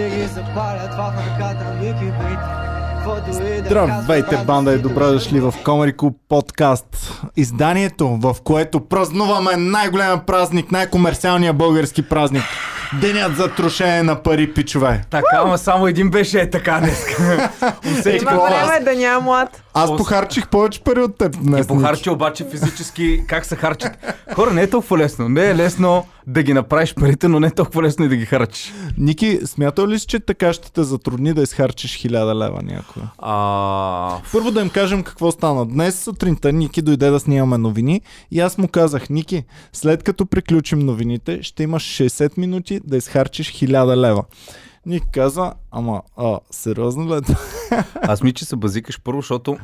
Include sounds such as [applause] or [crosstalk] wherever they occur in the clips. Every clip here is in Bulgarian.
ми запаля това в ръката на Мики Бит. Каквото и да Здравейте, казва, банда и радост добре дошли в Комари Клуб подкаст. Изданието, в което празнуваме най-големия празник, най-комерциалния български празник. Денят за трошене на пари, пичове. Така, ама само един беше е така днеска. [laughs] Усети Има какво време е аз. да няма млад. Аз похарчих повече пари от теб днес. И Е, похарчи обаче физически как се харчат. Хора, не е толкова лесно. Не е лесно да ги направиш парите, но не е толкова лесно и да ги харчиш. Ники. Ники, смятал ли си, че така ще те затрудни да изхарчиш 1000 лева някога? А, Първо да им кажем какво стана. Днес сутринта Ники дойде да снимаме новини и аз му казах, Ники, след като приключим новините, ще имаш 60 минути да изхарчиш 1000 лева. Ники каза, ама, а, сериозно ли? е това?» аз ми, че се базикаш първо, защото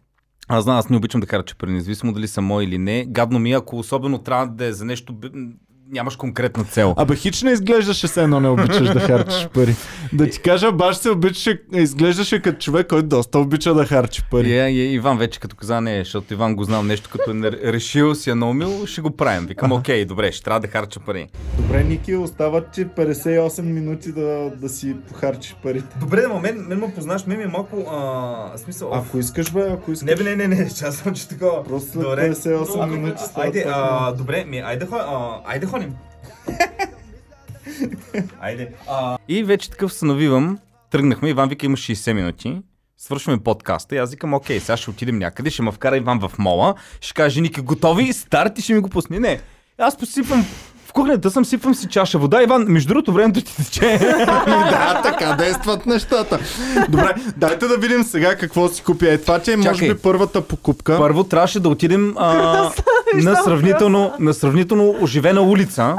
[clears throat] аз знам, аз не обичам да харча пари, независимо дали са мои или не. Гадно ми е, ако особено трябва да е за нещо, б- м, нямаш конкретна цел. Абе, хич не изглеждаше се едно не обичаш да харчиш пари. Да ти кажа, баш се обичаше, изглеждаше като човек, който доста обича да харчи И, пари. е- и, Иван вече като каза не, защото Иван го знам нещо, като е не- решил, си е наумил, ще го правим. Викам, окей, добре, ще трябва да харча пари. Добре, Ники, остават ти 58 минути да, да си похарчиш парите. Добре, но мен, мен ме познаш, мен ми е малко а, смисъл. А, искаш, бе, ако искаш. не, бе, не, не, не, че аз съм, че такова. Просто след добре. 58 А, минути а, става Айде, а, толкова. добре, ми, айде, хо, а, [laughs] айде ходим. айде. А, И вече такъв се навивам. Тръгнахме, Иван вика има 60 минути. Свършваме подкаста и аз викам, окей, сега ще отидем някъде, ще ме вкара Иван в мола, ще каже, Ники, готови, старт и ще ми го пусне. Не, аз посипвам в кухнята съм, сипвам си чаша вода. Иван, между другото, времето ти тече. да, така действат нещата. Добре, дайте да видим сега какво си купи. Е, това ти е, може Чакай. би, първата покупка. Първо трябваше да отидем а, на, сравнително, на сравнително оживена улица.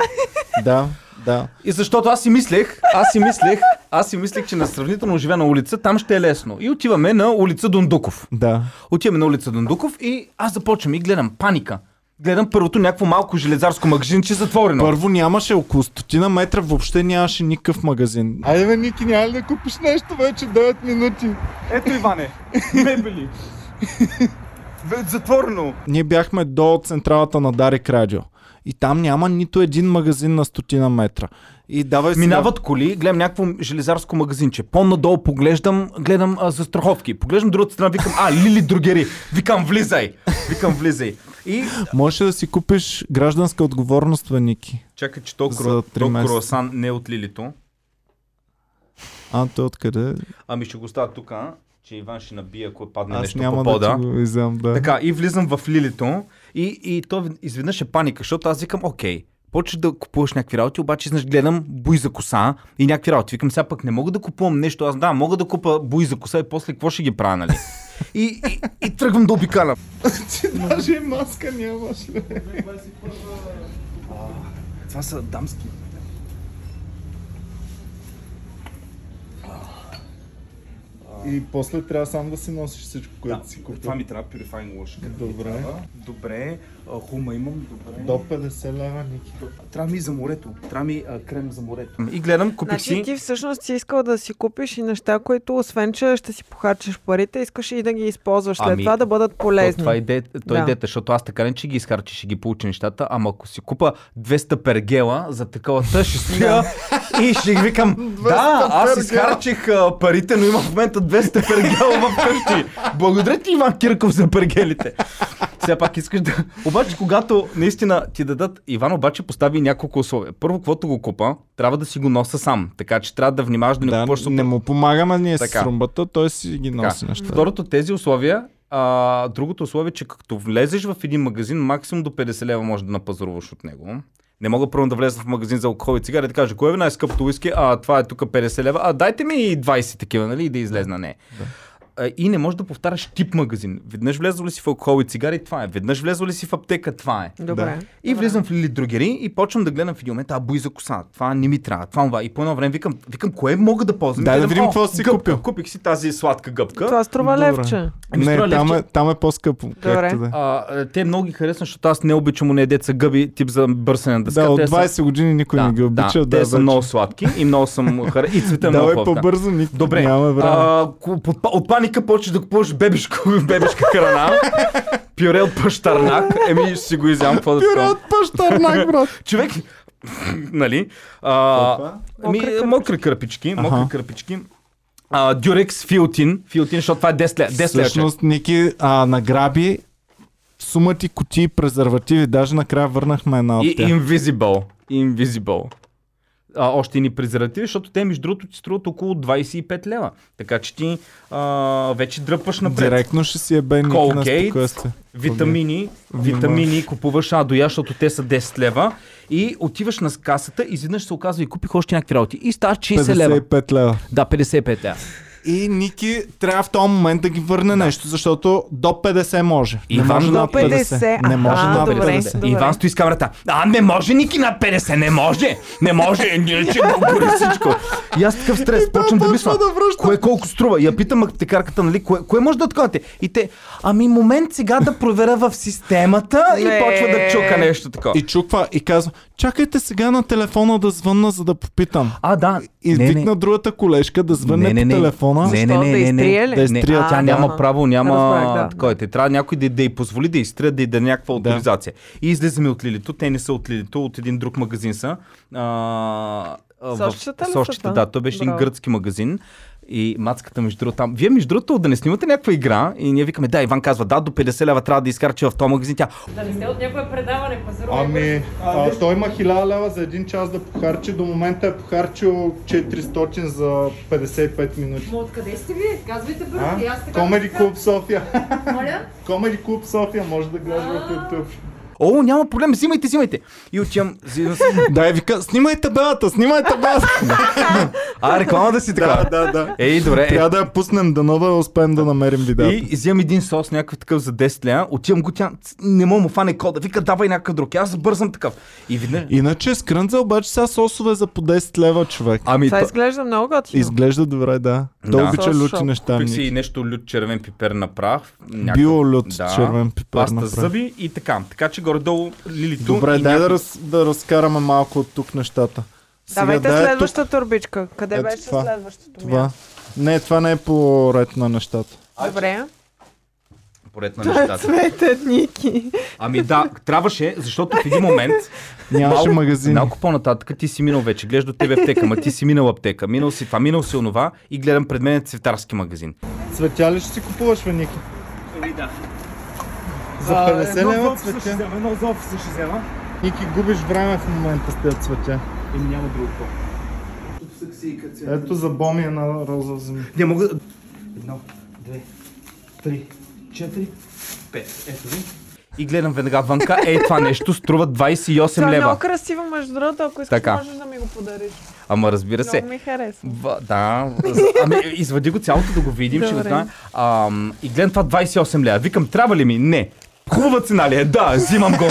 Да, да. И защото аз си мислех, аз си мислех, аз си мислех, че на сравнително оживена улица там ще е лесно. И отиваме на улица Дундуков. Да. Отиваме на улица Дундуков и аз започвам и гледам паника. Гледам първото някакво малко железарско магазинче затворено. Първо нямаше около стотина метра, въобще нямаше никакъв магазин. Айде бе, Ники, няма ли да купиш нещо вече 9 минути? Ето Иване, мебели. Затворено. Ние бяхме до централата на Дарик Радио. И там няма нито един магазин на стотина метра. И давай сега- Минават коли, гледам някакво железарско магазинче. По-надолу поглеждам, гледам а, застраховки. Поглеждам другата страна, викам, а, Лили Другери. Викам, влизай. Викам, влизай. И Можеш ли да си купиш гражданска отговорност, бе, Ники. чакай, че то, За кро... три то месеца. круасан не е от Лилито. А, той откъде? Ами ще го става тук, а, че Иван ще набие, ако падне Аз нещо няма по пода. да ти го изям, да. Така, и влизам в лилито и, и то изведнъж е паника, защото аз викам, окей, почваш да купуваш някакви работи, обаче изнъж гледам буй за коса и някакви работи. Викам, сега пък не мога да купувам нещо, аз да, мога да купа буй за коса и после какво ще ги правя, [laughs] нали? И, и, и тръгвам да обикалям. Ти даже и маска нямаш ли? Това са дамски. И после трябва сам да си носиш всичко, което си купил. това ми трябва Purifying Wash. Добре. Добре, а, хума имам, добре. До 50 лева, Ники. Трябва ми за морето, трябва ми а, крем за морето. И гледам, купих Значи си. ти всъщност си искал да си купиш и неща, които освен, че ще си похарчиш парите, искаш и да ги използваш след Ами, това да бъдат То, полезни. това е иде, той да. Да. идеята, защото аз така не че ги изхарча, ще ги получа нещата, ама ако си купа 200 пергела за таковата, ще стоя и ще ги викам, да, аз изхарчих а, парите, но имам в момента 200 пергела в къщи. Благодаря ти, Иван Кирков, за пергелите. Все пак искаш да... Обаче, когато наистина ти дадат... Иван обаче постави няколко условия. Първо, каквото го купа, трябва да си го носа сам. Така че трябва да внимаваш да не Да, купуваш супер не му помагаме ние Така. с румбата, той си ги така. носи неща. Второто, тези условия, а, другото условие, че като влезеш в един магазин, максимум до 50 лева може да напазаруваш от него. Не мога първо да влеза в магазин за алкохол и цигари и да кажа, кое е най-скъпото уиски, а това е тук 50 лева, а дайте ми и 20 такива, нали, и да излезна, не. А, И не можеш да повтаряш тип магазин. Веднъж влезло ли си в алкохол и цигари, това е. Веднъж влезло ли си в аптека, това е. Добре. И влизам в Лили Другери и почвам да гледам в един момент, а буй за коса, това не ми трябва, това, това. И по едно време викам, викам, кое мога да ползвам? И Дай да гледам, видим о, какво си гъбка. купил. Купих си тази сладка гъбка. Това струва Добре. левче. Ами не, струва там е, левче. там е по-скъпо. Както да. е. А, е, те много ги харесват, защото аз не обичам уния деца гъби тип за бърсене на дъска. Да, от те 20 са... години никой не ги обича. Да, да, значи те са много сладки и [laughs] много съм хар... и цвета е много Давай хубав, да. по-бързо, Ник. Добре, Нямаме време. а, ку- от, па- от паника почваш да купуваш бебешко, [laughs] бебешка храна, пюре от пащарнак, еми ще си го изям, какво да Пюре става. [laughs] от пащарнак, брат. Човек, нали? А, ми, Мокри мокри кърпички, мокри Аха. кърпички. А, дюрекс, филтин, филтин, защото това е 10 лет. 10 лет. Всъщност, Ники а, награби сума ти кутии презервативи. Даже накрая върнахме една от И тях. Invisible. Invisible. А, още ни презервативи, защото те между другото ти струват около 25 лева. Така че ти а, вече дръпваш напред. Директно ще си е бе Ники на Colgate, спокойствие. Витамини, Внимаваш. витамини купуваш адоя, защото те са 10 лева. И отиваш на касата, изведнъж се оказва и купих още някакви работи. И става 60 лева. 55 лева. Да, 55 лева. И Ники трябва в този момент да ги върне да. нещо, защото до 50 може. И не Иван може до над 50. Не може Аха, над добре. 50. Добре. Иван стои с камерата. А, не може Ники на 50, не може. Не може, иначе го гори всичко. И аз такъв стрес, почвам да мисля. Кое колко струва? И я питам аптекарката, нали, кое, кое може да откънете? И те, ами момент сега да проверя в системата и Не. почва да чука нещо такова. И чуква и казва, чакайте сега на телефона да звънна, за да попитам. А, да. И викна другата колежка да звънне не, не, не. по телефона. Не, не, Защо? не, Да не, не. изтрие ли? Да изтрие. Тя А, няма да. право, няма Разбрах, да. такова. Те трябва някой да, да й позволи да изтрия, да й даде някаква авторизация. И излизаме от Лилито, те не са от Лилито, от един друг магазин са. А, а, в- Сорчетата ли са Сорчета, това? да, то беше един Браво. гръцки магазин. И мацката между другото там. Вие между другото да не снимате някаква игра и ние викаме, да, Иван казва, да, до 50 лева трябва да изкарчи в този магазин. Тя, Да не Нали сте от някое предаване, пазаруваме. Ами, а, той има 1000 лева за един час да похарчи. До момента е похарчил 400 за 55 минути. Ма откъде сте вие? Казвайте А? бързо. и Аз така. Комеди Клуб София. [laughs] Моля? Комеди Клуб София може да гледаш в YouTube. о, няма проблем, взимайте, взимайте. И отивам, взимам [laughs] си. Да, и вика, снимай табелата, снимай табелата. [laughs] А, реклама да си така. да, да. Ей, добре. е, Трябва да я пуснем, да нова успеем да намерим видеото. И взимам един сос, някакъв такъв за 10 лева, отивам го тя, ц- не мога му фане кода, вика давай някакъв друг, аз бързам такъв. И видне, Иначе с крънца обаче сега сосове за по 10 лева човек. ами Това то... изглежда много готино. Изглежда добре, да. Да. Той обича Сос люти шоп. неща. Купих Ники. си и нещо лют червен пипер на прах. някакъв- Биолют червен пипер паста на на прах. зъби и така. Така че горе-долу лилито. Добре, и дай да, някакъв- раз, да разкараме малко от тук нещата. Сега Давайте да е следваща турбичка. Къде Ето беше това. следващото тук това. място? Не, това не е по ред на нещата. Добре. Поред на нещата. Смете, Ники. Ами да, трябваше, защото в един момент, Нямаше Малко- магазини. малко по-нататък, ти си минал вече, гледаш до тебе аптека, ма ти си минал аптека, минал си това, минал си онова и гледам пред мен е цветарски магазин. Цветя ли ще си купуваш, бе, Ники? За 50 лева цветя. Едно за офиса ще взема. Ники, губиш време в момента с тези цветя. Еми няма друго. Ето за боми една роза вземи. Не мога, Едно, две, три, четири, пет. Ето ви. и гледам веднага вънка, е това нещо струва 28 Това е лева. много красиво, между другото. Ако искаш, Така. можеш да ми го подариш. Ама разбира се. Много ми харесва. В, да, ами извади го цялото да го видим, ще го Добре. знаем. Ам, и гледам това 28 лева. Викам, трябва ли ми? Не. Хубава цена ли е? Да, взимам го. [laughs]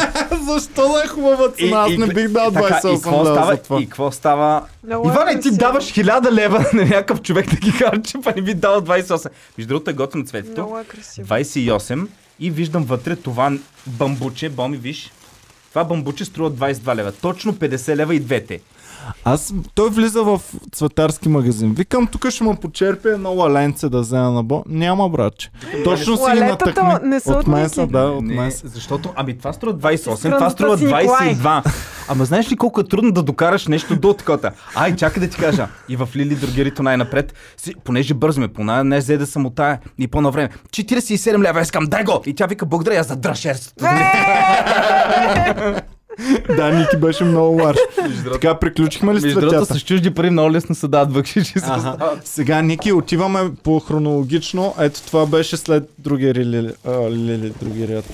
Защо да е хубава И- цена? Аз и- не бих дал така, и 28 какво лева става? за това. И какво става? Много е Иване, ти красиво. даваш 1000 лева [laughs] на някакъв човек да ги харчи, па не би дал 28. Между другото е готино цветето. Много е красиво. 28 и виждам вътре това бамбуче, боми, виж. Това бамбуче струва 22 лева. Точно 50 лева и двете. Аз, той влиза в цветарски магазин. Викам, тук ще му почерпя едно лаленце да взема на бо. Няма, братче. Точно си ги Лалетата натъкни. не са от от мен Ники. са, да, от нали? Не, мен са. Защото, ами това струва 28, това Скрънцата струва си, Николай. 22. Ама знаеш ли колко е трудно да докараш нещо до откота? Ай, чакай да ти кажа. И в Лили Другерито най-напред, си, понеже бързаме, по най не взе да съм от тая и по навреме. 47 лева, аз искам, дай го! И тя вика, благодаря, аз задръж шерстото. Е! Да, Ники беше много ларш. така, приключихме ли с Между цветята? другото, с чужди пари много лесно се дават бъкшиш и се Аха. Сега, Ники, отиваме по хронологично. Ето това беше след другия лили, а, лили другият.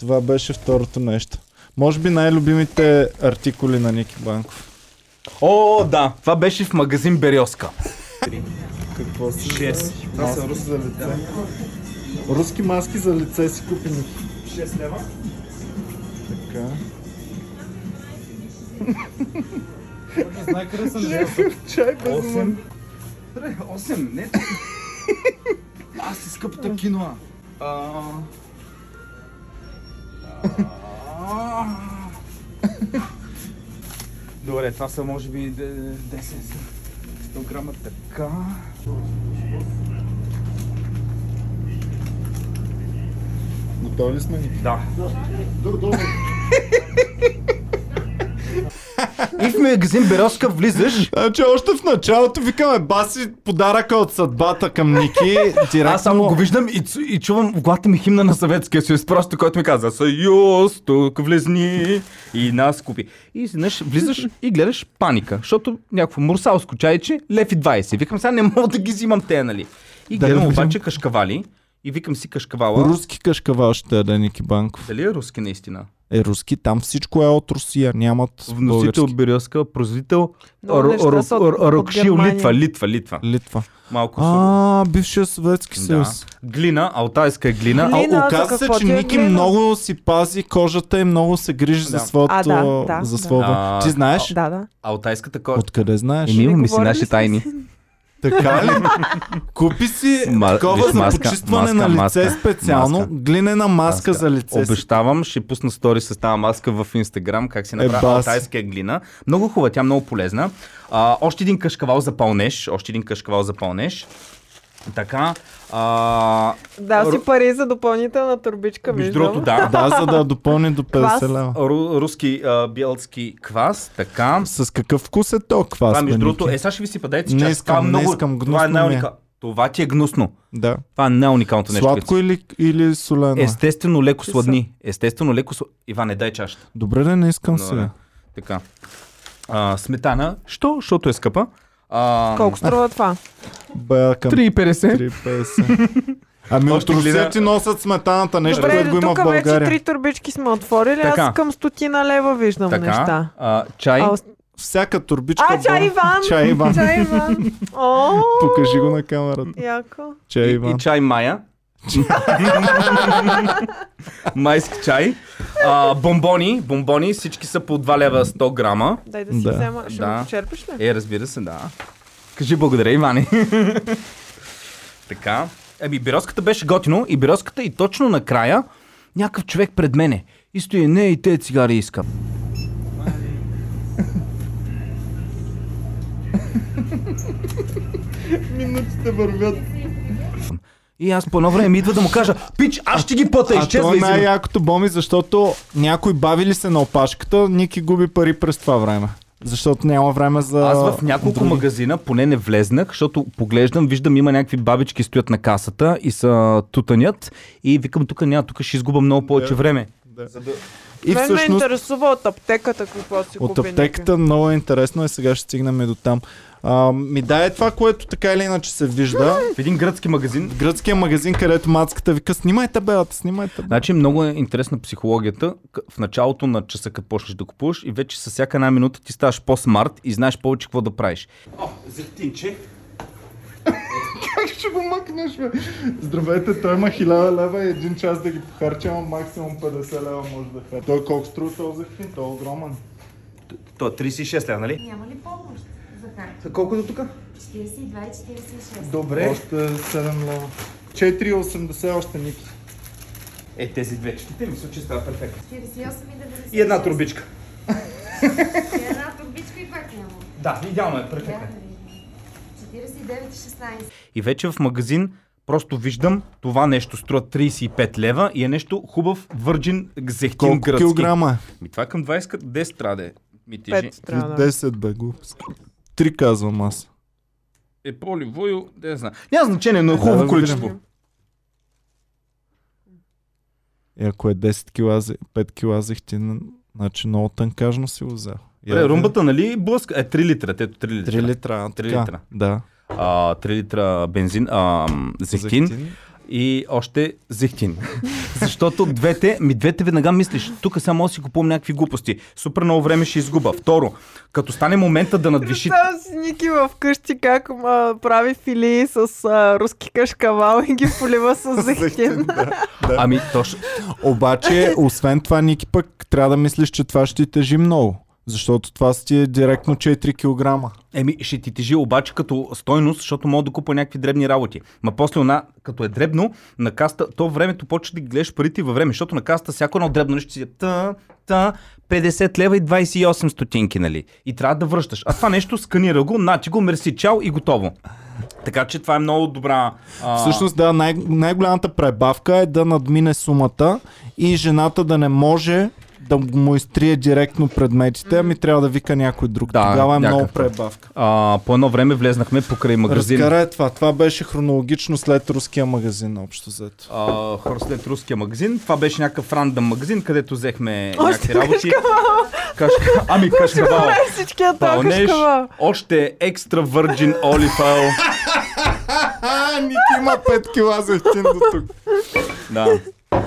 Това беше второто нещо. Може би най-любимите артикули на Ники Банков. О, да, това беше в магазин Бериоска. Това са руси. за лице. Руски маски за лице си купи Ники. 6 лева. Така. Знай къде съм бил. Чай, без ума. 8. 8, не. Аз си скъпата киноа. А... А. Добре, това са може би де- 10 100 грама така. Готови ли сме Ники? Да. И в магазин Бероска влизаш. Значи още в началото викаме баси подаръка от съдбата към Ники. Директно... [laughs] Аз само го виждам и, цу- и чувам в главата ми химна на Съветския съюз, просто който ми каза Съюз, тук влезни и нас купи. И изведнъж влизаш и гледаш паника, защото някакво мурсалско чайче, лев и 20. Викам сега не мога да ги взимам те, нали? И Да, гледам да, обаче взимам. кашкавали и викам си кашкавала. Руски кашкавал ще даде Ники Банков. Дали е руски наистина? Е, руски, там всичко е от Русия, нямат Вносител български. Березка, производител Много Р- неща Р- са от- Р- Р- от Рокшил, Германия. Литва, Литва, Литва. Литва. Малко сурово. А, бившия Съветски Да. съюз. Глина, алтайска е глина. Глина. А, за оказа се, какво че ти е Ники глина? много си пази кожата и много се грижи за Да. своето... А, да, да, за да. своя- А, Ти знаеш? Да, да. А, алтайската кожа. Откъде знаеш? Еми, имаме си говорили наши сме тайни. Така ли? Купи си Ма- такова виж, за маска, почистване маска, на лице маска, специално. маска. глинена маска, за лице. си. Обещавам, ще пусна стори с тази маска в Инстаграм, как си Е, направя бас. алтайска глина. Много хубава, тя е много полезна. А, още един кашкавал за пълнеж. Още един кашкавал за пълнеж. Така. А, Да, Ру- си пари за допълнителна турбичка, между виждам. другото, да. [laughs] Да, за да допълни до 50 Квас. лева. Ру, руски а, белски квас. Така. С какъв вкус е то квас? Това, между бе, другото, Ники? е, сега ще ви си падете Не чак. искам, това е не много, искам, това е гнусно ми е. най-уника... Това ти е гнусно. Да. Това е най-уникалното нещо. което си- Сладко или, или солено? Е? Естествено леко Ти са. сладни. Естествено леко сладни. Иван, не дай чашата. Добре да не искам Добре. сега. Така. А, сметана. Що? Защото е скъпа. А, Колко струва това? Бе, към 3,50. 3,50. Ами от Още гледа- Русия ти носят сметаната, нещо, Добре, което го до има в тук вече три България. турбички сме отворили, Така. аз към стотина лева виждам Така. неща. А, чай. А, ост- Всяка турбичка... а, чай бон- Иван! Чай, Иван. Чай, Иван! [laughs] О, Покажи го на камерата. яко. Чай, и, Иван. и чай Мая. [laughs] Майски чай. А, бомбони. Бомбони. Всички са по 2 лева 100 грама. Дай да си Да. взема. Ще Да. ми почерпиш ли? Е, разбира се, да. Кажи благодаря, Иване. [laughs] така. Еми, бирозката беше готино и бирозката и точно накрая някакъв човек пред мене. И стои, не, и те цигари искам. Минутите вървят. И аз по едно време ми идва да му кажа, пич, аз ще ги пъта, А то изчезва е и най- най-якото боми, защото някой бави ли се на опашката, Ники губи пари през това време. Защото няма време за... Аз в няколко други. магазина поне не влезнах, защото поглеждам, виждам има някакви бабички стоят на касата и са тутанят и викам тук няма, тук ще изгубя много повече време. И Мен ме всъщност интересува от аптеката какво си от е купи. аптеката много е интересно и сега ще стигнем и до там. А, ми дай е това, което така или иначе се вижда. В един гръцки магазин Гръцкия магазин, където мацката вика, снимай табелата, снимай табелата. Значи много е интересна психологията. К- В началото на часа, като почнеш да купуваш и вече с всяка една минута ти ставаш по-смарт и знаеш повече какво да правиш. О, зехтинче. Как ще го мъкнеш, бе? Здравейте, той има 1000 лева и един час да ги похарча, ама максимум 50 лева може да харчи. Той колко струва този зехтин? Той е огромен. То е 36 лева, нали? Няма ли помощ за карта? е Колко до тук? 42 и 46. Добре. Още 7 лева. 4,80 още ники. Е, тези две четите мисля, че стават перфектно. 48 и 96. И една турбичка. И една турбичка и пак няма. Да, идеално е, Да, перфектно. нали? 49 и 16. И вече в магазин просто виждам това нещо струва 35 лева и е нещо хубав върджин гзехтин Колко гръцки. килограма е? Ми това към 20 къ- 10 трябва да е. Ми тежи. Пет трябва да. 10 бе, глупост. Три казвам аз. Е поли, вою, да знам. Няма значение, но е Да, хубаво да количество. видим. И ако е 10 кила, зе- 5 кила зехтин, значи много тънкажно си го взел. Добре, румбата, нали, блъска. Е, 3 литра, тето 3 литра. 3 литра. Три така, литра. Да. А, 3 литра бензин, а, м, зехтин. и още зехтин. [laughs] Защото двете, ми двете веднага мислиш, тук само мога да си купувам някакви глупости. Супер много време ще изгуба. Второ, като стане момента да надвиши... Представям си Ники в къщи как а, прави филии с а, руски кашкавал и ги [laughs] полива с [laughs] зехтин. Ами, точно. [laughs] Обаче, освен това, Ники пък трябва да мислиш, че това ще ти тежи много. Защото това си ти е директно 4 кг. Еми, ще ти тежи обаче като стойност, защото мога да купа някакви дребни работи. Ма после она, като е дребно, на каста, то времето почва да ги гледаш парите във време, защото на каста всяко едно дребно нещо си е та, та, 50 лева и 28 стотинки, нали? И трябва да връщаш. А това нещо сканира го, нати го, мерси, чао и готово. Така че това е много добра... А... Всъщност, да, най- най-голямата пребавка е да надмине сумата и жената да не може да му изтрие директно предметите, ами трябва да вика някой друг. Да, Тогава е някакъв много път. пребавка. А, по едно време влезнахме покрай магазин. Разкарай това. Това беше хронологично след руския магазин, общо взето. а, хора след руския магазин. Това беше някакъв рандъм магазин, където взехме Още някакви работи. Кашка... Ами кашкавал. е Всичкият този е Пълнеш кашкавал. още екстра virgin olive [laughs] oil. А, Ники има 5 кила за ефтин до тук. Да. И е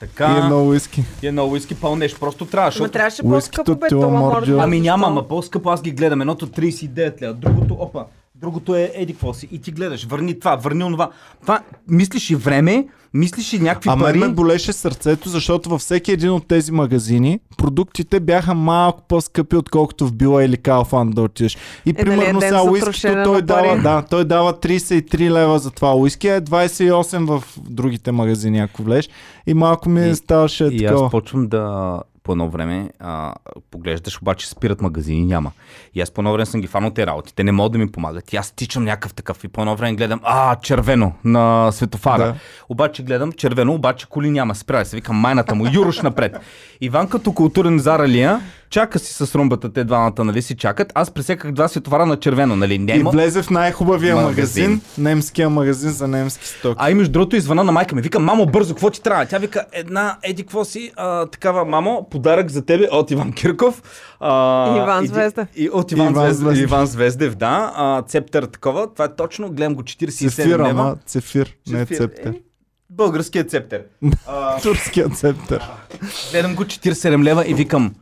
Така, едно уиски. и едно уиски пълнеш. Просто трябва, Ма защото... трябваше Уискито по-скъпо бе ти това ламордио. мордио. Ами няма, ама по-скъпо аз ги гледам. Едното е 39 лева, другото, опа, другото е еди какво си. И ти гледаш, върни това, върни онова. Това, мислиш и време, мислиш и някакви Ама пари. мен ме болеше сърцето, защото във всеки един от тези магазини продуктите бяха малко по-скъпи, отколкото в Била или Калфан да отидеш. И нали е примерно ден сега за уискито трошене той на дава, пари? да, той дава 33 лева за това уиски, а е 28 в другите магазини, ако влезеш. И малко ми И- ставаше И е такова. аз почвам да по едно време а, поглеждаш, обаче спират магазини, няма. И аз по едно време съм ги фанал те работи. Те не могат да ми помагат. И аз тичам някакъв такъв и по едно време гледам, а, червено на светофара. Да. Да. Обаче гледам червено, обаче коли няма. Спирай се, викам майната му, юруш напред. Иван като културен заралия, чака си с румбата, те двамата, нали си чакат. Аз пресеках два светофара на червено, нали? И Няма. влезе в най-хубавия магазин, Магазин. немския магазин за немски стоки. А и между другото извъна на майка ми. Вика, мамо, бързо, какво ти трябва? Тя вика, една, еди, какво си, а, такава, мамо, подарък за тебе от Иван Кирков. А, И Иван иди- Звезда. И, от Иван, Иван Иван, Звездев. Звездев. Иван Звездев, да. А, цептър такова, това е точно, гледам го 47 Цефир, лева. ама цефир, не е Цефир, цептер. е, Българският цептер. А, Турският цептер. гледам го 47 лева и викам,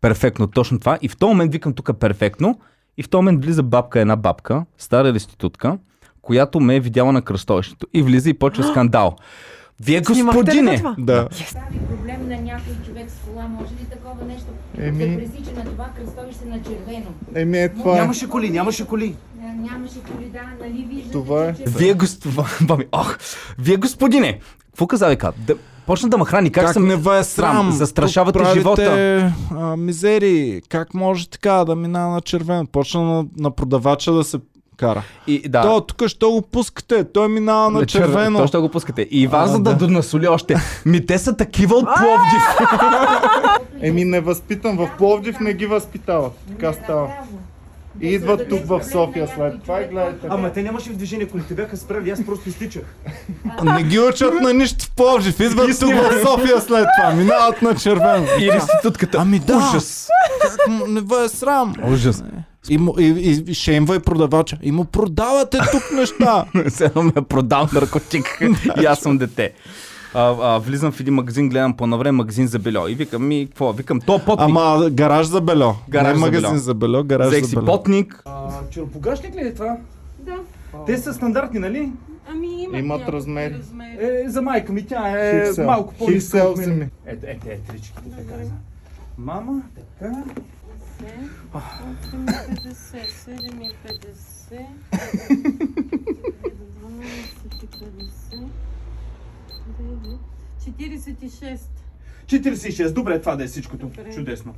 перфектно, точно това. И в този момент викам тук перфектно. И в този момент влиза бабка, една бабка, стара реститутка, която ме е видяла на кръстовището. И влиза и почва скандал. Вие, Снимахте ли го господине, това? Да. Стави проблем на някой човек с кола. Може ли такова нещо? Еми. Да пресича на това кръстовище на червено. Еми е това. е. Нямаше коли, нямаше коли. Ня- Нямаше коли, да, нали виждате, Това е. че червено- Вие господин... Ох, вие господине! Какво каза века? Да, почна да ме храни. Как, Как, съм... не ва е срам? Застрашавате Тук правите, живота. А, мизерии. Как може така да мина на червено? Почна на, на продавача да се кара. И, да. То, тук ще го пускате. Той минава на, червено. Точно го пускате. И вас, А, за да, да. да насоли още. Ми те са такива от Пловдив. Еми не възпитам. В Пловдив не ги възпитават. Така става. Направо. И идват тук в София след това и гледайте. те нямаше в движение, колите бяха спрели, аз просто изтичах. Не ги учат на нищо в Пловдив. Идват тук в София след това. Минават на червено. И институтката. Ами да. Ужас. [laughs] Как му- не ва е срам? Ужас. И, му, и, и, и ще им ва и продавача. И му продавате тук неща. Все едно ме е продал [laughs] наркотик и аз съм дете. А, а, влизам в един магазин, гледам по навреме магазин за бельо и викам ми, какво? Викам, то е потник. Ама гараж за бельо. Гараж не за магазин бельо. за бельо, гараж Взех за си бельо. потник. А, черпогашник ли е това? Да, Те са стандартни, нали? ами имат, Имат някакви размери. Е, за майка ми тя е Хиксел. малко по-ниска Хиксел от си мен. ми. Ето, ето, е тричките, така. Мама, така. 8,50, 7,50, 12,50, 9, 46. 46, добре, това да е всичкото. Чудесно.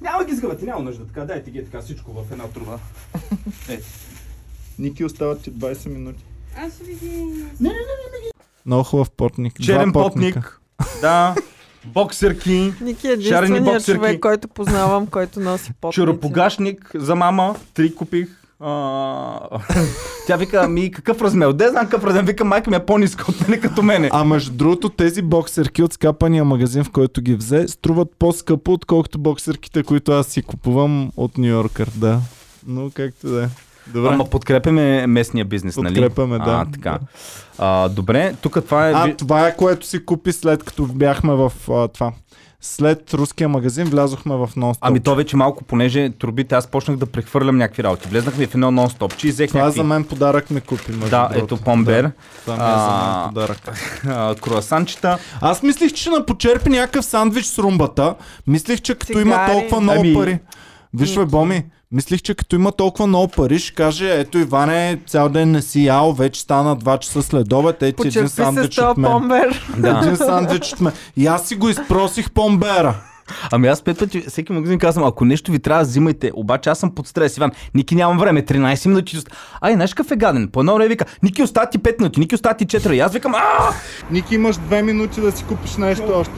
Няма ги сгъвате, няма нужда така. Дайте ги е така всичко в една труба. Ники остават ти 20 минути. Аз ще ви ги... Много хубав потник. Два Черен потника. потник. Да. Боксерки. Ники е Шарени единственият боксерки. човек, който познавам, който носи потници. Чуропогашник за мама. Три купих. А... Тя вика, ми какъв размер? Де знам какъв размер? Вика, майка ми е по-ниска от мене като мене. А между другото, тези боксерки от скапания магазин, в който ги взе, струват по-скъпо, отколкото боксерките, които аз си купувам от Нью Йоркър, да. Но както да е. Добре. Ама подкрепяме местния бизнес, нали? Подкрепяме, да. А, така. А, добре, тук това е... А, ви- това е което си купи след като бяхме в а, това. След руския магазин влязохме в нон Ами то вече малко, понеже турбите, аз почнах да прехвърлям някакви работи. Влезнахме в едно нон-стопче и взех Това някакви... за мен е подарък ми купи. между Да, другото. ето помбер, Това ми е за мен А, подарък. а, круасанчета. Аз мислих, че ще напочерпи някакъв сандвич с румбата. Мислих, че като има Цигари. толкова много Ами- пари. Виж, бе, Боми, мислих, че като има толкова много пари, ще каже, ето Иване, цял ден не си ял, вече стана 2 часа след обед, ето ти един Почерпи се с сандвич този от мен. помбер. Един сандвич от мен. И аз си го изпросих помбера. Ами аз пет пъти, всеки магазин казвам, ако нещо ви трябва, взимайте. Обаче аз съм под стрес, Иван. Ники нямам време, 13 минути. ост- Ай, знаеш какъв е гаден? По едно време вика, Ники остава ти 5 минути, Ники остава ти 4. И аз викам, а! Ники имаш 2 минути да си купиш нещо още.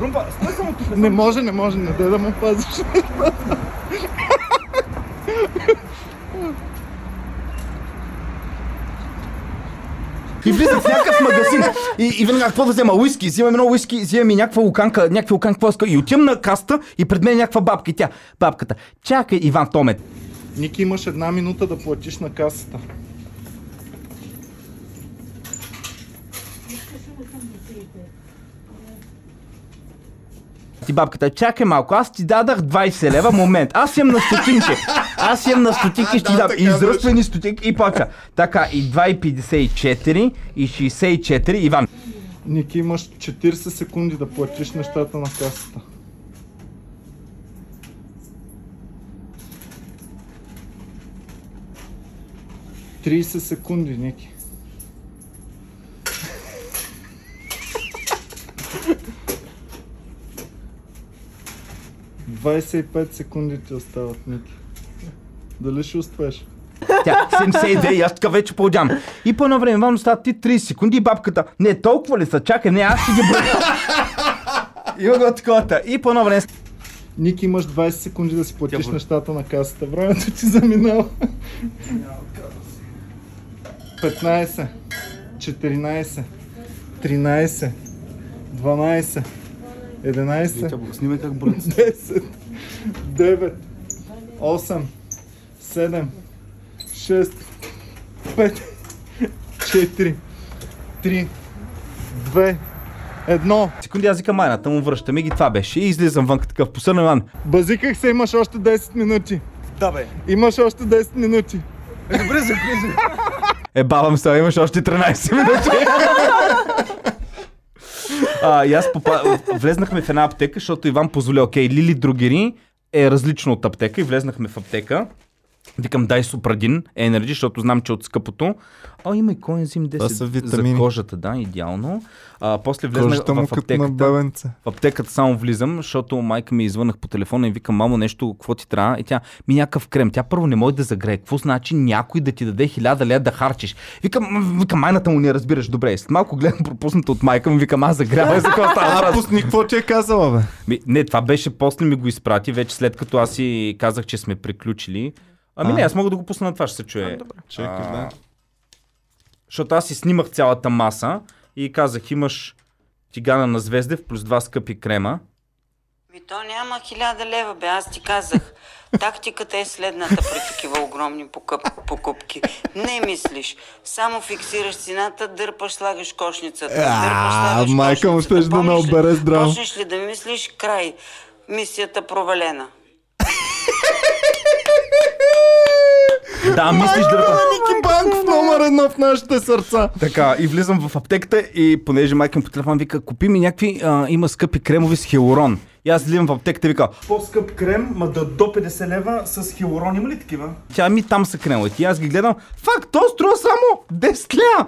Румба, стой само тук. Не може, не може, не дай да му пазиш. И влизам в някакъв магазин и, и веднага какво да взема? Уиски. Взимам едно уиски, взимам и някаква луканка, някакви луканка, какво иска. И отивам на каста и пред мен е някаква бабка. И тя, бабката, чакай Иван Томет. Ники, имаш една минута да платиш на касата. Ти бабката, чакай малко, аз ти дадах 20 лева, момент, аз ям на стотинки, аз ям на стотинки, ще ти дам изръствени стотинки и плача. Така, и 2,54 и 64, Иван. Ники, имаш 40 секунди да платиш нещата на касата. Тридесет секунди, Ники. Двадесет и пет секунди ти остават, Ники. Дали ще успееш? Тя 72 и аз така вече поудям. И по едно време, Иван, остават ти 30 секунди и бабката, не толкова ли са, чакай, не, аз ще ги броя. Има го такова. И по едно време Ники, имаш 20 секунди да си платиш нещата на касата. Времето ти заминава. 15, 14, 13, 12, 11, Снимай как броят. 10, 9, 8, 7, 6, 5, 4, 3, 2, 1. Секунди, аз викам майната му връщаме ги, това беше. И излизам вън такъв посърна Иван. Базиках се, имаш още 10 минути. Да, бе. Имаш още 10 минути. Добре, закрижи. Е, бавам се, а имаш още 13 минути. а, и аз попа... влезнахме в една аптека, защото Иван позволи, окей, Лили Другери е различно от аптека и влезнахме в аптека. Викам, дай супрадин, енерджи, защото знам, че е от скъпото. А, има и коензим 10 Това са витамини. за кожата, да, идеално. А, после влезнах Кожата му в като на аптеката. бебенце. В аптеката само влизам, защото майка ми е извънах по телефона и викам, мамо, нещо, какво ти трябва? И тя ми някакъв крем. Тя първо не може да загрее. Какво значи някой да ти даде хиляда лея да харчиш? Викам, «М, викам, майната му не разбираш добре. И След малко гледам пропуснато от майка ми, викам, аз загрявай за какво [laughs] става. А, въпрос?» пусни, какво ти е казала, бе? Ми, не, това беше, после ми го изпрати, вече след като аз си казах, че сме приключили. Ами не, аз мога да го пусна на това, ще се чуе. Чакай, да. Защото аз си снимах цялата маса и казах, имаш тигана на Звездев плюс два скъпи крема. Ми то няма хиляда лева, бе, аз ти казах. Тактиката е следната при такива огромни покъп, покупки. Не мислиш, само фиксираш цената, дърпаш, слагаш кошницата, дърпаш, А, слагаш майка му е кошницата. щеше да ме Помниш ли- обере здраво. Почнеш ли да мислиш, край, мисията провалена. Да, мислиш да... Ники Банков номер едно в нашите сърца. Така, и влизам в аптеката и понеже майка ми по телефон вика, купи ми някакви, а, има скъпи кремови с хиалурон. И аз влизам в аптеката и вика, По-скъп крем, ма да до 50 лева с хилорон. Има ли такива? тя ми там са кремовете. И аз ги гледам, факт, то струва само 10 ля.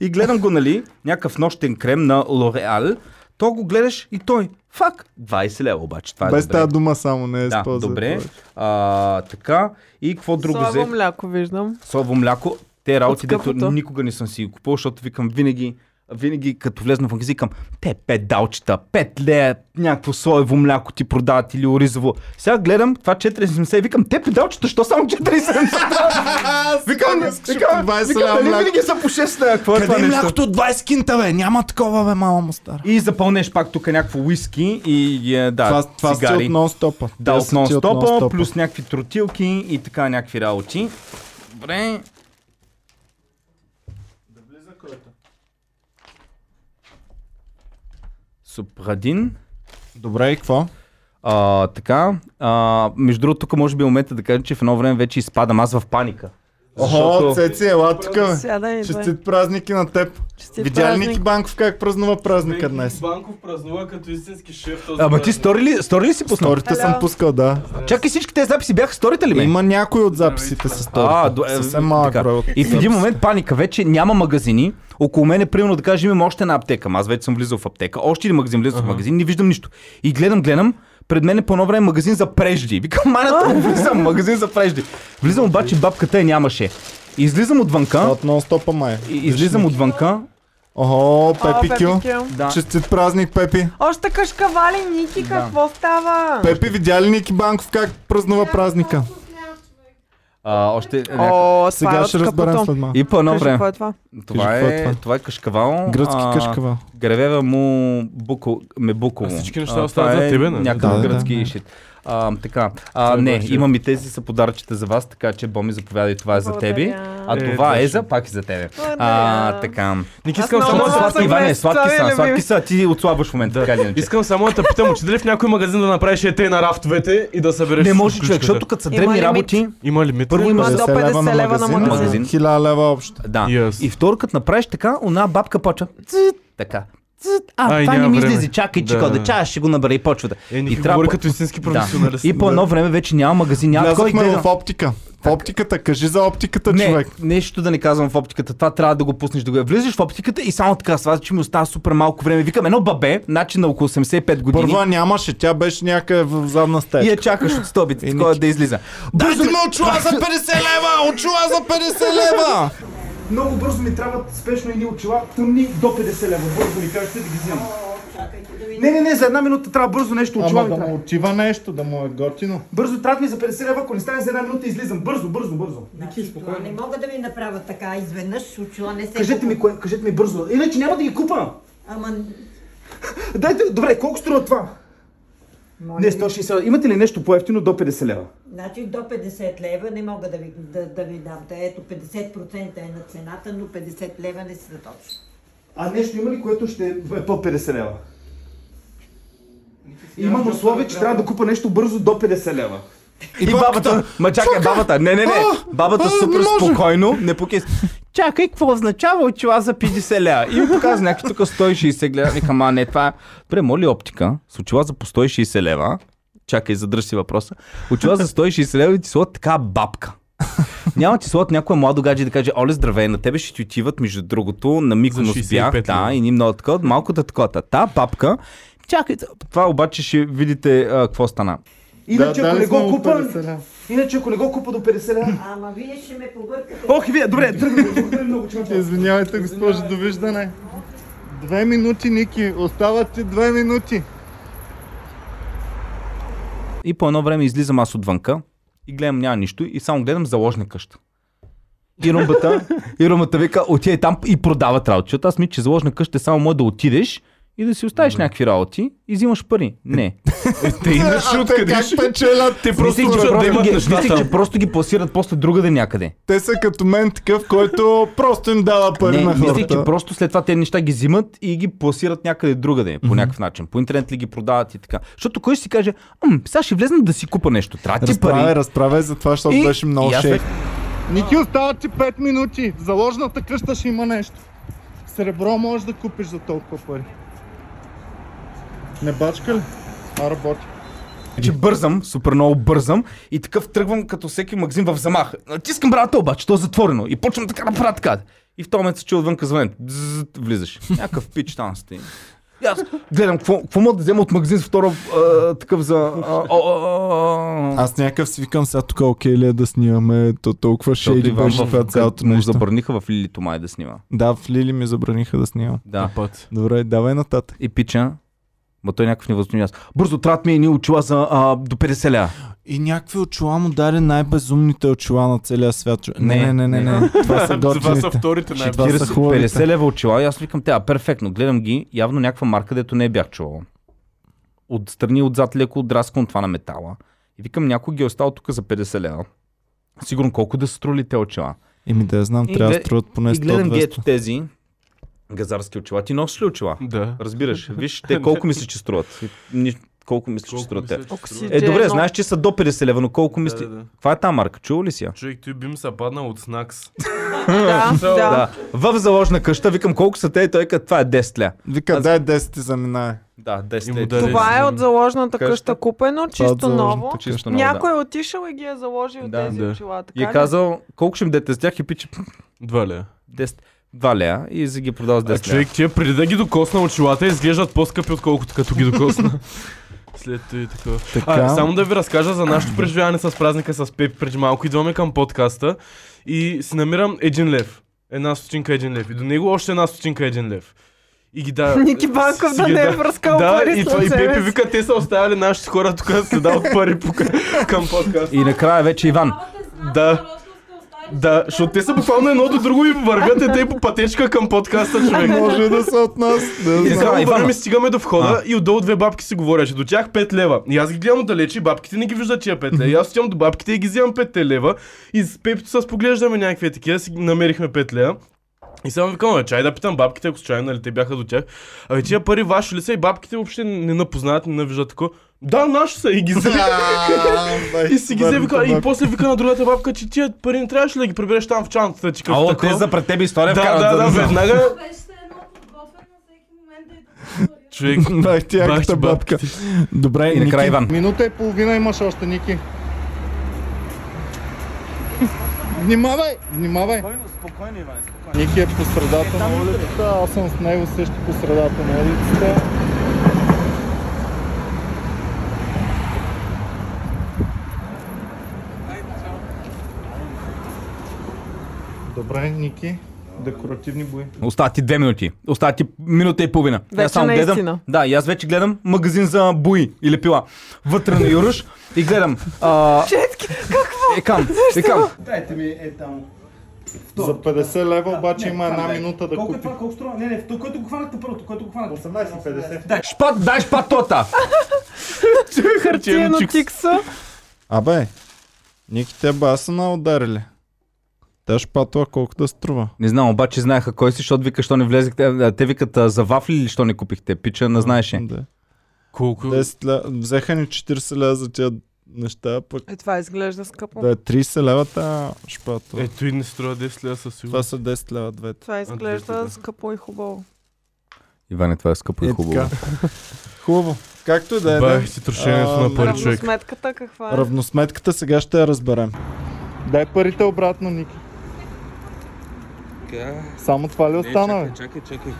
И гледам го, нали, някакъв нощен крем на Лореал. То го гледаш и той, факт, 20 лева обаче. Това е Без добре. тази дума само не е Да, използвай. добре. А, така, и какво друго Слабо взех? мляко виждам. Слабо мляко. Те работи, дето скъпото. никога не съм си ги купувал, защото викам винаги, винаги като влезна в магазин, викам, те пет далчета, пет лея, някакво соево мляко ти продават или оризово. Сега гледам това 4,70 и викам, те педалчета, що само 4,70? викам, искаш викам, по 20 лева викам, дали мляко? винаги са по 6 лея, какво е това нали Къде е нещо? млякото от 20 кинта, бе? Няма такова, бе, мама му стара. И запълнеш пак тук някакво уиски и е, да, Това, това си цигари. от нон-стопа. Да, Те от са ти от нон-стопа, нон-стопа. плюс някакви тротилки и така някакви работи. Добре. Супрадин. Добре, и какво? А, така. А, между другото, тук може би е момента да кажа, че в едно време вече изпадам аз в паника. Охо, Цеци, ела тук, Е, бе. Сядай, идвай. Честит празники на теб. Честит Видя ли е празник. Ники Банков как празнува празника днес? Банков празнува като истински шеф този Ама ти празник. стори ли, стори ли си пуснал? Сторите съм пускал, да. Чакай всички тези записи бяха сторите ли ме? Има някои от записите с сторите. А, до, е, Съвсем малък така. брой от И в един записите. момент паника. Вече няма магазини. Около мен е примерно да кажем има още една аптека. Ама Аз вече съм влизал в аптека. Още един магазин влизам в магазин. Не виждам нищо. И гледам, гледам. Пред мен е по едно време магазин за прежди. Викам, маната му влизам. Магазин за прежди. Влизам обаче бабката я нямаше. Излизам отвънка. От нон-стопа май. и- Излизам отвънка. Охо, О, Пепи Кю. Пепи Кю. Да. Честит празник, Пепи. Още кашкавали, Ники, Да. какво става? Пепи, видя ли Ники Банков как празнува празника? А, още е някакъв. О, това е Сега ще от разберем капото. след малко. И по едно Кажи, време. какво е това? Това Кажи, какво е е, това? това е кашкавал. Гръцки а, кашкава. Гревева му буко, ме буково. А всички неща това е остават за тебе, нали? Да, Някакъв да, гръцки да. шит. А, така, а, е не, баш, имам и тези са подаръчета за вас, така че Боми заповядай, това е за тебе. Благодаря. А Е, това е точно. за, пак и за тебе. А, Благодаря. така. Ники, Аз искам много само Само съм да сладки, Иване, съгласна, сладки са, любим. сладки са, ти отслабваш в момента, така или иначе. Искам само да те питам, отиде ли в някой магазин да направиш е те на рафтовете и да събереш Не с може човек, ключката? защото като са Има древни лимит. работи, Има лимит. първо има Има до 50 лева 50 на лева на магазин, магазин. 1000 лева общо. Да. Yes. И второ, като направиш така, она бабка почва. Цит, така. Цит. А, Ай, това не няма ми време. излезе. Чакай, Да. че да. чая, ще го набера и почва да. Е, и Ники говори като истински професионалист. И по едно време вече няма магазин, няма кой Влязохме да. в оптика. В оптиката, кажи за оптиката, Не, човек. нещо да не казвам в оптиката. Това трябва да го пуснеш да го влизаш в оптиката и само така с че ми остава супер малко време. Викам едно бабе, значи на около 85 години. е Първа нямаше, тя беше някъде в задна И я стая. чакаш от И [laughs] Е, стобите, кой Ники. да излиза. Дайте ме очила за 50 лева! Очила за 50 лева! Много бързо ми трябват спешно едни очила, тъмни до 50 лева. Бързо ми кажете да ги взема. Не, не, не, за една минута трябва бързо нещо очила Ама ми да трябва. му отива нещо, да му е готино. Бързо трябва ми за 50 лева, ако не стане за една минута излизам. Бързо, бързо, бързо. Не мога да ми направя така изведнъж, очила не се... Кажете ми, кое, кажете ми бързо. Иначе няма да ги купа. Ама... Дайте, добре, колко струва това? Не, 160 лева. Имате ли нещо по-ефтино до 50 лева? Значи до 50 лева не мога да ви, да, да ви дам. Та Ето 50% е на цената, но 50 лева не са точно. А нещо има ли, което ще е под 50 лева? Имам условие, че трябва да купа нещо бързо до 50 лева. И бабата, ма чакай, бабата, не, не, не, бабата супер спокойно, не покис. Чакай, какво означава очила за 50 лева? И ми показва някакви тук 160 гледа. Викам, а не, това е... Добре, моли оптика, с очила за по 160 лева, чакай, задръж си въпроса, очила за 160 лева и ти слот така бабка. Няма ти слот някоя младо гадже да каже, оле, здравей, на тебе ще ти отиват, между другото, на Миконос 65 бях, лева. да, и ни много така, малко да така. Та бабка, чакай, това обаче ще видите а, какво стана. Иначе, ако дали не сме го му купа, 50 лева. иначе ако не го купа до 50 лева... Ама вие ще ме побъркате. Ох, и вие, добре, тръгваме, благодаря много, че ме чувате. Извинявайте, госпожо, довиждане. Две минути, Ники. Остават ти две минути. И по едно време излизам аз отвънка и гледам няма нищо и само гледам заложна къща. И румбата, и румбата вика, отиде там и продава работи. Защото аз мисля, че заложна къща е само може да отидеш и да си оставиш някакви работи и взимаш пари. Не. Те имаш А те откъде как ще- печелят? Те Мислих, че, да просто имат ги, нещата. мислих, че просто ги пласират после другаде някъде. Те са като мен такъв, който просто им дава пари Не, на мислих, че хората. просто след това те неща ги взимат и ги пласират някъде другаде, по някакъв начин. По интернет ли ги продават и така. Защото кой ще си каже, ам, сега ще влезна да си купа нещо. Трябва ти Разправя, пари. разправя за това, защото И- беше много и аз шейх. Ники, остават ти 5 минути. В заложната къща ще има нещо. Сребро можеш да купиш за толкова пари. Не бачка ли? А, работи. че бързам, супер много бързам и такъв тръгвам като всеки магазин в замах. Натискам брата обаче, то е затворено и почвам така да правя така. И в този момент се чува отвънка звън. Бзззт, влизаш. Някакъв пич там стои. И аз гледам, какво, какво мога да взема от магазин с второ а, такъв за... А, о, о, о, о. Аз някакъв си викам сега тук окей ли е да снимаме, то толкова шейди беше това цялото му нещо. забраниха в Лилито май да снима. Да, в Лили ми забраниха да снимам. Да. Път. Добре, давай нататък. И пича, Ма той е някакъв невъзможен. аз. Бързо трябват ми едни очила за а, до 50 ля. И някакви очила му даде най-безумните очила на целия свят. чу- Не, не, не, не, не. не. [laughs] Това са Това са готините. вторите най Това са 40, хубавите. 50 лева очила и аз викам тя, перфектно, гледам ги, явно някаква марка, дето не я бях чувал. Отстрани отзад леко отрасквам това на метала. И викам, някой ги е оставил тук за 50 лева. Сигурно колко да са струли те очила. Еми да я знам, И трябва да глед- струват поне и гледам ги ето 100-200. тези газарски очила. Ти носиш ли очила? Да. [laughs] Разбираш, виж те колко мислиш, че струват. Ни- Колко мислиш, че Колко струват те. мисля, че струва? Е, добре, знаеш, че са до 50 лева, но колко мисли... да. Каква е тази марка? Чува ли си я? Човек, той би ми се паднал от снакс. Да, да. Да. В заложна къща, викам колко са те и той казва, това е 10 ля. Вика, Аз- дай 10 ти заминае. Да, 10 И ля. му е даде. Това е от заложната Къща. къща купено, Това е от чисто ново. заложната Чисто много, да. Някой е отишъл и ги е заложил Да. тези Да. очила. И е Така ли? казал, колко ще им дете с тях и пиче пф, Два е? ли? 10, 2 лея и за ги продава с 10 А лея. човек, Значи, тия преди да ги докосна очилата, изглеждат по-скъпи, отколкото като ги докосна. [laughs] След това и така. А, само да ви разкажа за нашето преживяване с празника с Пепи преди малко. Идваме към подкаста и си намирам един лев. една стотинка един лев. И до него още една стотинка един лев. И ги [laughs] да... Ники Банков да не е връзкал да, пари и, след това, и себе Пепи си. вика, те са оставили нашите хора тук да се дават пари по, [laughs] към подкаст. И накрая вече Иван. Да. Да, защото те са буквално едно до друго и вървят е те по пътечка към подкаста, човек. Може да са от нас. Да И знам. само Ивана. време стигаме до входа и отдолу две бабки си говореше. До тях 5 лева. И аз ги гледам отдалече, и бабките не ги виждат тия 5 лева. И аз отивам до бабките и ги вземам 5 лева. И с пепито се поглеждаме някакви такива, си намерихме 5 лева. И само викам, «Абе, чай да питам бабките, ако случайно нали, те бяха до тях. Абе, тия пари ваши ли са и бабките въобще не напознават, не навиждат тако. Да, наши са и [laughs] ги взели. А, И си ги взе, бай, вика, и бабка. после вика на другата бабка, че тия пари не трябваше ли да ги прибереш там в чантата ти Ало, като те тако. за пред тебе Да, история вкарат. да, за да, знам. [laughs] веднага. Беше едно подготвен на всеки момент да е Човек, Бах ти бах ти яката е бабка. Добре, И накрая Ники, Иван. Минута и половина имаш още, Ники. Внимавай, внимавай. Спокойно, спокойно, Иван, спокойно. Ники е по средата на улицата, аз съм с него също по средата на улицата. Добре, Ники, декоративни бои. Остава ти две минути. Остава ти минута и половина. Вече аз само гледам, наистина. да, и аз вече гледам магазин за буи или пила. Вътре на Юруш и гледам. А... е, какво? Екам, екам. Дайте ми е там. За 50 лева обаче Не, има там една дай. минута да колко Е купи. това, колко струва? Не, не, то, което го хванахте първото, което го хванахте. 18,50. Шпат, дай шпатота! е Хартиено тикса. Абе, Ники, те ба са на ударили. Та шпатла колко да струва. Не знам, обаче знаеха кой си, защото вика, що не влезехте. а, Те викат а, за вафли или що не купихте. Пича, не знаеше. Да. Колко? 10 ля... Взеха ни 40 лева за тия неща, пък Е, това изглежда скъпо. да е 30 лева та шпатла. Ето и Е, не струва 10 лева със Е, Това сигурност. са 10 лева Е, двете. Това две, изглежда да. скъпо и хубаво. Иване, това е скъпо и Е, хубаво. така. Хубаво. Както и да е. да. Бах си трошението Ам, на пари, човек. Равносметката каква е? Равносметката сега ще я разберем. Дай парите обратно, Ники. Само това ли остана? бе? чакай, чакай.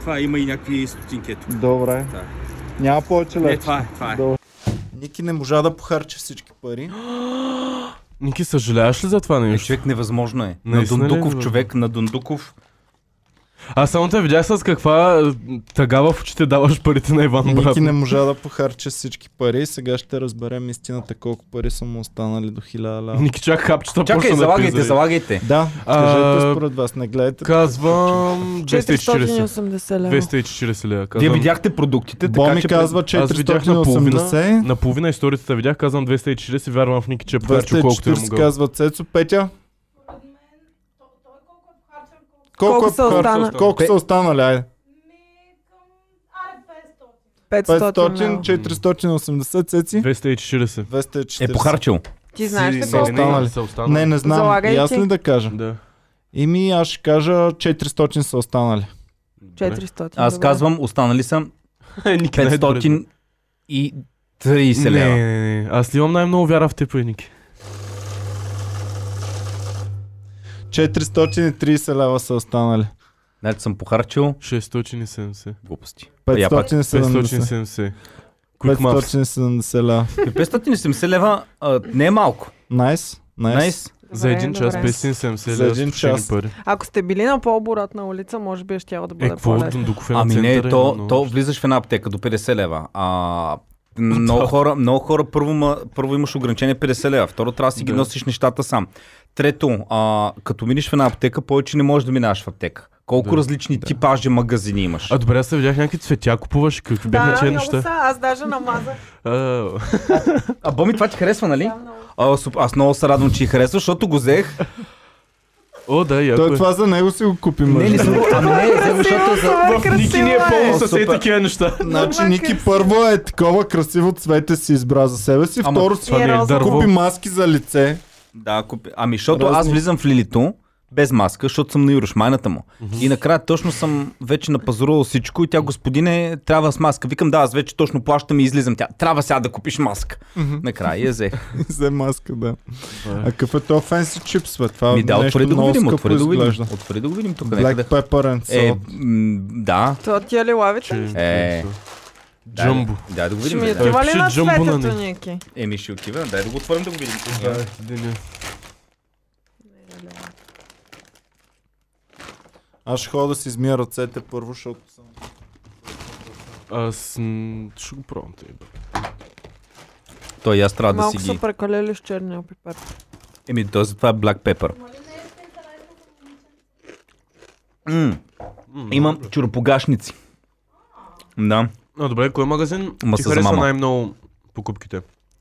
Това има и някакви стотинки ето. Добре. Да. Няма повече лев. е, това е. Ники не можа да похарчи всички пари. Ники, съжаляваш ли за това Е, нещо? човек невъзможно е. На Наистина ли, Дундуков бе? човек, на Дундуков. Аз само те видях с каква а, тагава в очите даваш парите на Иван, брат. Ники не можа да похарчи всички пари. Сега ще разберем истината колко пари са му останали до 1000 лева. Ники, чак хапчета Чакай, почна да залагайте, пизда. залагайте. Да, А, кажете според вас, не гледайте. Казвам 240. 480 лева. 240 лева. Вие Казвам... видяхте продуктите, така Боми че... казва Аз видях на половина, 480. на половина историята видях, казвам 240, вярвам в Ники, че е похарчил колкото е 240 могъл. казва Цецо. Петя, Според мен, то- той колко е похарчен, колко колко, е Колко са похарчил? останали? Колко Пе- са останали? Айде. ми към... Аре, 500. 500 лева. 500, 480 цеци. 240. 240. Е похарчил. Ти Е, знаеш ли Си- не, колко? не, останали. са останали. Не, не знам. Залагай, и аз че- ли да кажа? Да. Ими аз ще кажа 400 са останали. 400. Аз е? добре. казвам, останали са Ники, най-добре. 530 Не, лева. не, не. Аз имам най-много вяра в теб, бе, Ники. 430 лева са останали. Значи съм похарчил 670. глупости. Я пак. 570. 570. Quick Maps. 570 лева. При 570 лева а, не е малко. Найс. Найс. Найс. Добре, За един час добре. 570 За лева един спечели час. пари. Ако сте били на по-оборотна улица, може би ще да Е, бъде какво е по-лесно. Дундуков е на Ами не, центъра, то, именно. то влизаш в една аптека до 50 лева. А, много, хора, много хора първо, ма, първо имаш ограничение 50 лева, второ трябва да си ги Да. носиш нещата сам. Трето, а, като миниш в една аптека, повече не можеш да минаш в аптека. Колко Да, различни типажи магазини имаш? А добре, аз се видях някакви цветя купуваш, какви бяха Да, тия много е неща. са. Аз даже намазах. А, А, Боми, това ти харесва, нали? Да, много. А, суп- аз много се радвам, че и харесва, защото го взех. О, да, Той яко е. това за него си го нали? купи Не, не мъж. съм го... Ами не, взех, защото е за... Това е Ники ни е красиво. е. пълно с тези Супер. такива неща. [laughs] Значи Много е Ники красиво. първо е такова красиво цвете си избра за себе си. Ама- Второ си Това не е розово. дърво. купи маски за лице. [laughs] Да, купи. Ами, защото аз Разни. влизам в лилито без маска, защото съм на юрошмайната му. И накрая точно съм вече напазарувал всичко и тя, господине, трябва с маска. Викам, да, аз вече точно плащам и излизам. Тя, трябва сега да купиш маска. Накрая я взех. Взе маска, да. А какъв е то фенси чипс, бе? Това Ми да, е нещо отвори да го много видим, скъпо отвори да го видим. изглежда. Отвори да го видим тук Black някъде. pepper and salt. Е, м, да. Това ти е ли лавите? Че- Е. Дай- Джамбо. Дай да го Ще видим. Е, ми бе, е Да. това ли пише на джамбо на цветето, ни. Ники? Е, Еми, ще отива. Дай да го отворим да го видим. Да, Аз ще ходя да си измия ръцете първо, защото [laughs] съм... Аз м, ще го пробвам тъй. бе. Той и аз трябва да Малко си са ги... прекалели с черния пипер. Еми, този това е Black Pepper. М. Имам чуропогашници. Да. А, добре, кой магазин Ма ти са за харесва мама. най-много покупките?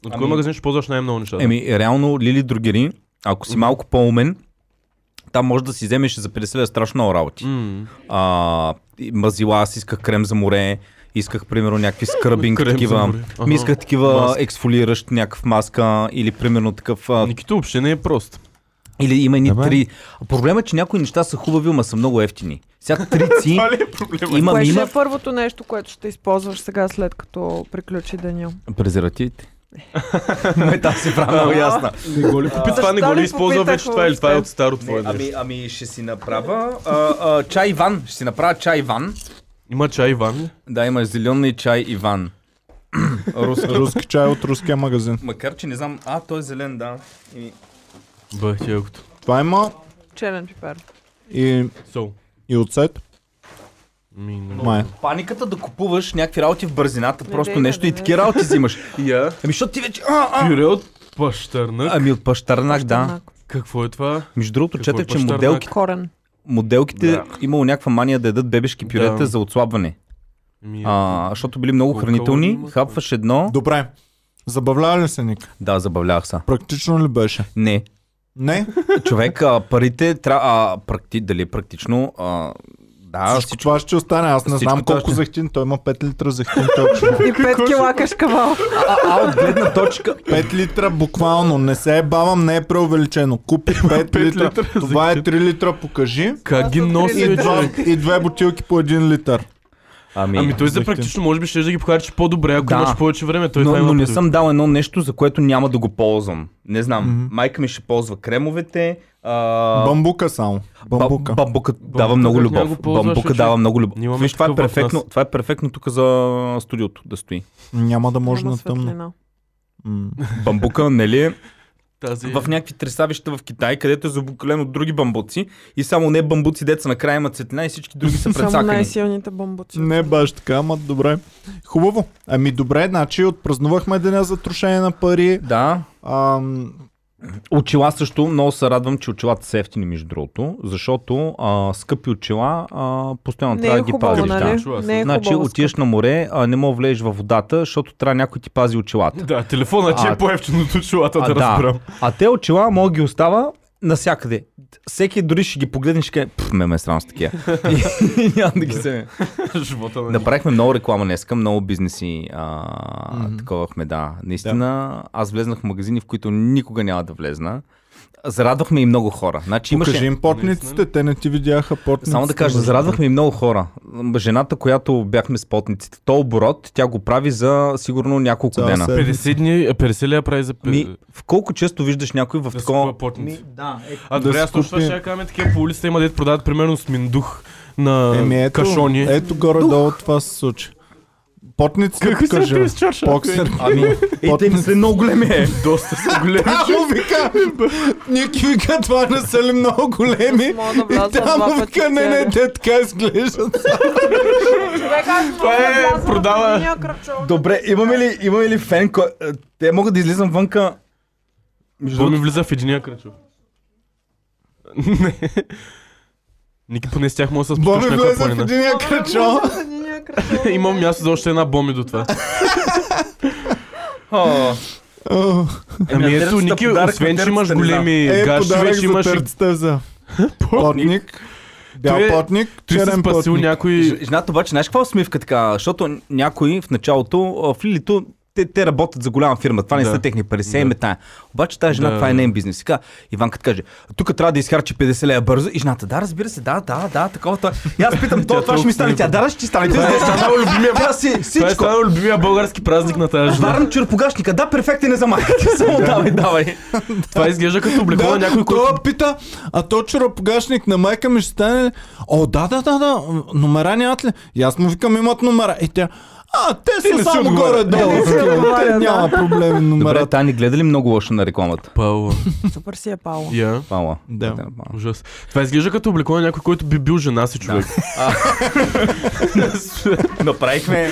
От кой Ами- магазин ще ползваш най-много неща? Еми, реално Лили Другери, ако си малко по-умен, там може да си вземеш за 50 лева страшно много работи. М. А, и мазила, аз исках крем за море, исках, примерно, [laughs] някакви скръбинг, Крем за такива. море. Ми Аха. исках такива Маска. ексфолиращ, някакъв маска или, примерно, такъв... А... Никито въобще не е прост. Или има ни Да, бе. три... Проблема е, че някои неща са хубави, ма са много ефтини. Сега [laughs] трици... имам, Кое ще имам... е първото нещо, което ще използваш сега, след като приключи Данил? [laughs] Презервативите. Мета си прави много А, ясна. не го ли попита? Това не Защо го ли ли използва попитах вече това или това е от въобще? старо твое Не, ами, нещо? ами ще си направя а, а, чай ван. Ще си направя чай ван. Има чай Иван ли? Да, има зеленый чай Иван. [clears throat] Руски. Руски чай от руския магазин. Макар, че не знам. А, той е зелен, да. И... Бъх ти якото. Това има Черен пипер. и... Сол. И оцет. Май. Паниката да купуваш някакви работи в бързината, Не просто дей, нещо не, и не. такива работи [laughs] взимаш. Я. Ами, защото ти вече... А, а! Пюре от пащърнак. Ами от пащарнак, да. Пащарнак. Какво е това? Между другото, Какво е четах, че пащарнак? моделки, Корен. моделките Да. имало някаква мания да ядат бебешки пюрета Да. за отслабване. Ами, А, защото били много Колко хранителни, калории има? хапваш едно. Добре. Забавлява ли се Ник? Да, забавлявах се. Практично ли беше? Не, Не? Човек, а, парите трябва. Практи, дали е практично? А, да, А, всичко, това ще остане. Аз не всичко знам колко точно. захтин. Той има 5 литра захтин точно. И 5 кила кашкавал. А, [laughs] а от гледна точка. 5 литра буквално. Не се е бавам, не е преувеличено. Купи 5, литра. литра Това е 3 литра, покажи. Как ги Е, носи, И, бе, два, човек? и две бутилки по 1 литър. Ами, Ами той за Бихте. практично може би ще да ги похарчи по-добре, ако Да. имаш повече време. Той е това но, има но не предвид. съм дал едно нещо, за което няма да го ползвам. Не знам. Майка ми ще ползва кремовете. А... Бамбука само. ба- Бамбука. бамбука дава Бамбука много как няма любов. го ползваш, Бамбука че? дава много любов. Нямаме Виж, това е такъв в нас. перфектно, това е перфектно тук за студиото да стои. Няма да може Има на тъмно. светлина. М. Бамбука, нали? е? Тази... В някакви тресавища в Китай, където е заобиколен от други бамбуци и само не бамбуци, деца накрая имат светлина и всички други са [laughs] Само прецакани. най-силните бамбуци. Не баш така, ама добре. Хубаво. Ами добре, значи отпразнувахме деня за трошение на пари. Да, Ам, Очила също, много се радвам, че очилата са ефтини, между другото, защото а, скъпи очила а, постоянно Не трябва е да ги хубаво, пазиш. Да. нали? Чува се. Не е значи хубаво. отиваш на море, а, не мога влезеш във водата, защото трябва някой ти пази [laughs] очилата. Да, телефона че А, е по-ефтино от чулата, а, да разбирам. а те очила мога ги остава навсякъде. Всеки дори ще ги погледне и ще каже, «Пф, ме ме е срам с такива. [laughs] и, и няма да ги се... [laughs] Живота на Направихме много реклама днеска, много бизнеси а, таковахме, да. Наистина, аз влезнах в магазини, в които никога няма да влезна. Зарадвахме и много хора. Значи имаше... Кажи им портниците, те не ти видяха портниците. Само да кажа, зарадвахме и много хора. Жената, която бяхме с потниците, то оборот, тя го прави за сигурно няколко Цяла дена. седмица. 50 дни, а 50 ли я прави за Ми, в колко често виждаш някой в да си такова... купува портници? да, е, А да добре, си аз точно това купи- ще я кажа, ами такива по улицата има дет продават примерно с миндух на Еми ето, е, кашони. ето горе-долу това се случи. Портниците Какви покажа. срати с чарша? Боксер. ами, е, те ми са много големи. е. [laughs] Доста са големи. Му вика, Ники вика, това не са ли много големи? Мога да И вляза там два му пъти вика, не, не, в те така изглеждат. [laughs] Това е продава. Добре, имаме ли, имаме ли фен, кой... е, Те могат да излизам вънка... Между Той ми другото, влиза в единия кръчов. [laughs] Не. Ники поне с тях мога да се Боми спускаш на влезе в капонина. единия кръчо. [laughs] Имам място за още една боми до това. Ами, а, Ами на ето, терцата Ники, подарък, освен, на нали, че имаш терцата не големи Е, гашове, подарък ще за имаш и търцата за портник. Бял Той е- портник, Той си черен спасил портник. някой... Ж- Жената обаче, знаеш каква усмивка така? Защото някои в началото, а, в Лилито, те, те работят за голяма фирма. Това не Да. са техни пари, се да. тая. Обаче тази жена, Да, това е да. нейн бизнес. Сега, Иванката каже, тук трябва да изхарчи 50 лея бързо. И жената, да, разбира се, да, да, да, такова. Това. е. И аз питам, то, това ще ми стане. [laughs] Тя, да, ще ти стане. Ти Това е знаеш, станал любимия... Тя си, Това е всичко. станал любимия български празник на тази жена. Варна черпогашника, да, перфектен е за майката. Само давай, давай. Това изглежда като облекло на някой, който... той пита, а то чаропогашник на майка ми ще стане ли? О, да, да, да, да, номера нямат ли? И аз му викам, имат номера. И тя, А, те Те са не си само отговарят. горе-долу. Те не си такива, отговарят, Те да. няма проблеми Добре, номера. Тани, гледа ли много лошо на рекламата? Паула. Супер си е Паула. Я. Паула. Да. Ужас. Това изглежда като облекло на някой, който би бил жена си човек. [laughs] Направихме.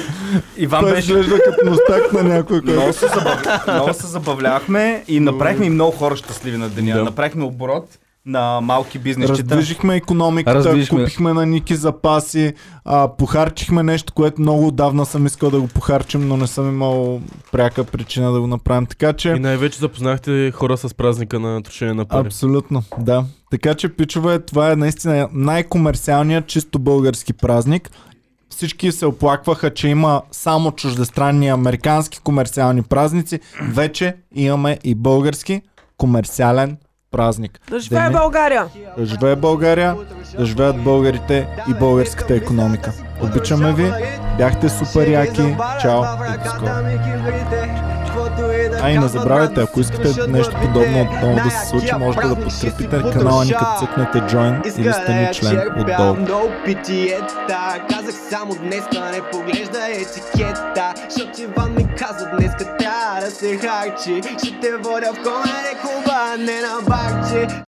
Иван Той беше. изглежда като мустак на някой, който... Много се, забав... много се забавлявахме и направихме и много хора щастливи на деня. Направихме оборот на малки бизнесчета. Раздвижихме економиката, Раздвижихме. купихме на Ники запаси, а, похарчихме нещо, което много отдавна съм искал да го похарчим, но не съм имал пряка причина да го направим. Така че... И най-вече запознахте хора с празника на трошение на пари. Абсолютно, да. Така че, пичове, това е наистина най-комерциалният чисто български празник. Всички се оплакваха, че има само чуждестранни американски комерциални празници. Вече имаме и български комерциален празник. Да живее Дени. България! Да живее България, да живеят българите и българската економика. Обичаме ви, бяхте супер яки, чао и до скоро. А и не забравяйте, ако искате нещо подобно отново да се случи, може да подкрепите канала ни като цъкнете Join или стани член отдолу. Много питиета Казах само днес, да не поглежда етикета Защото Иван ми каза днес, трябва да се харчи Ще те водя в коне, не на бакче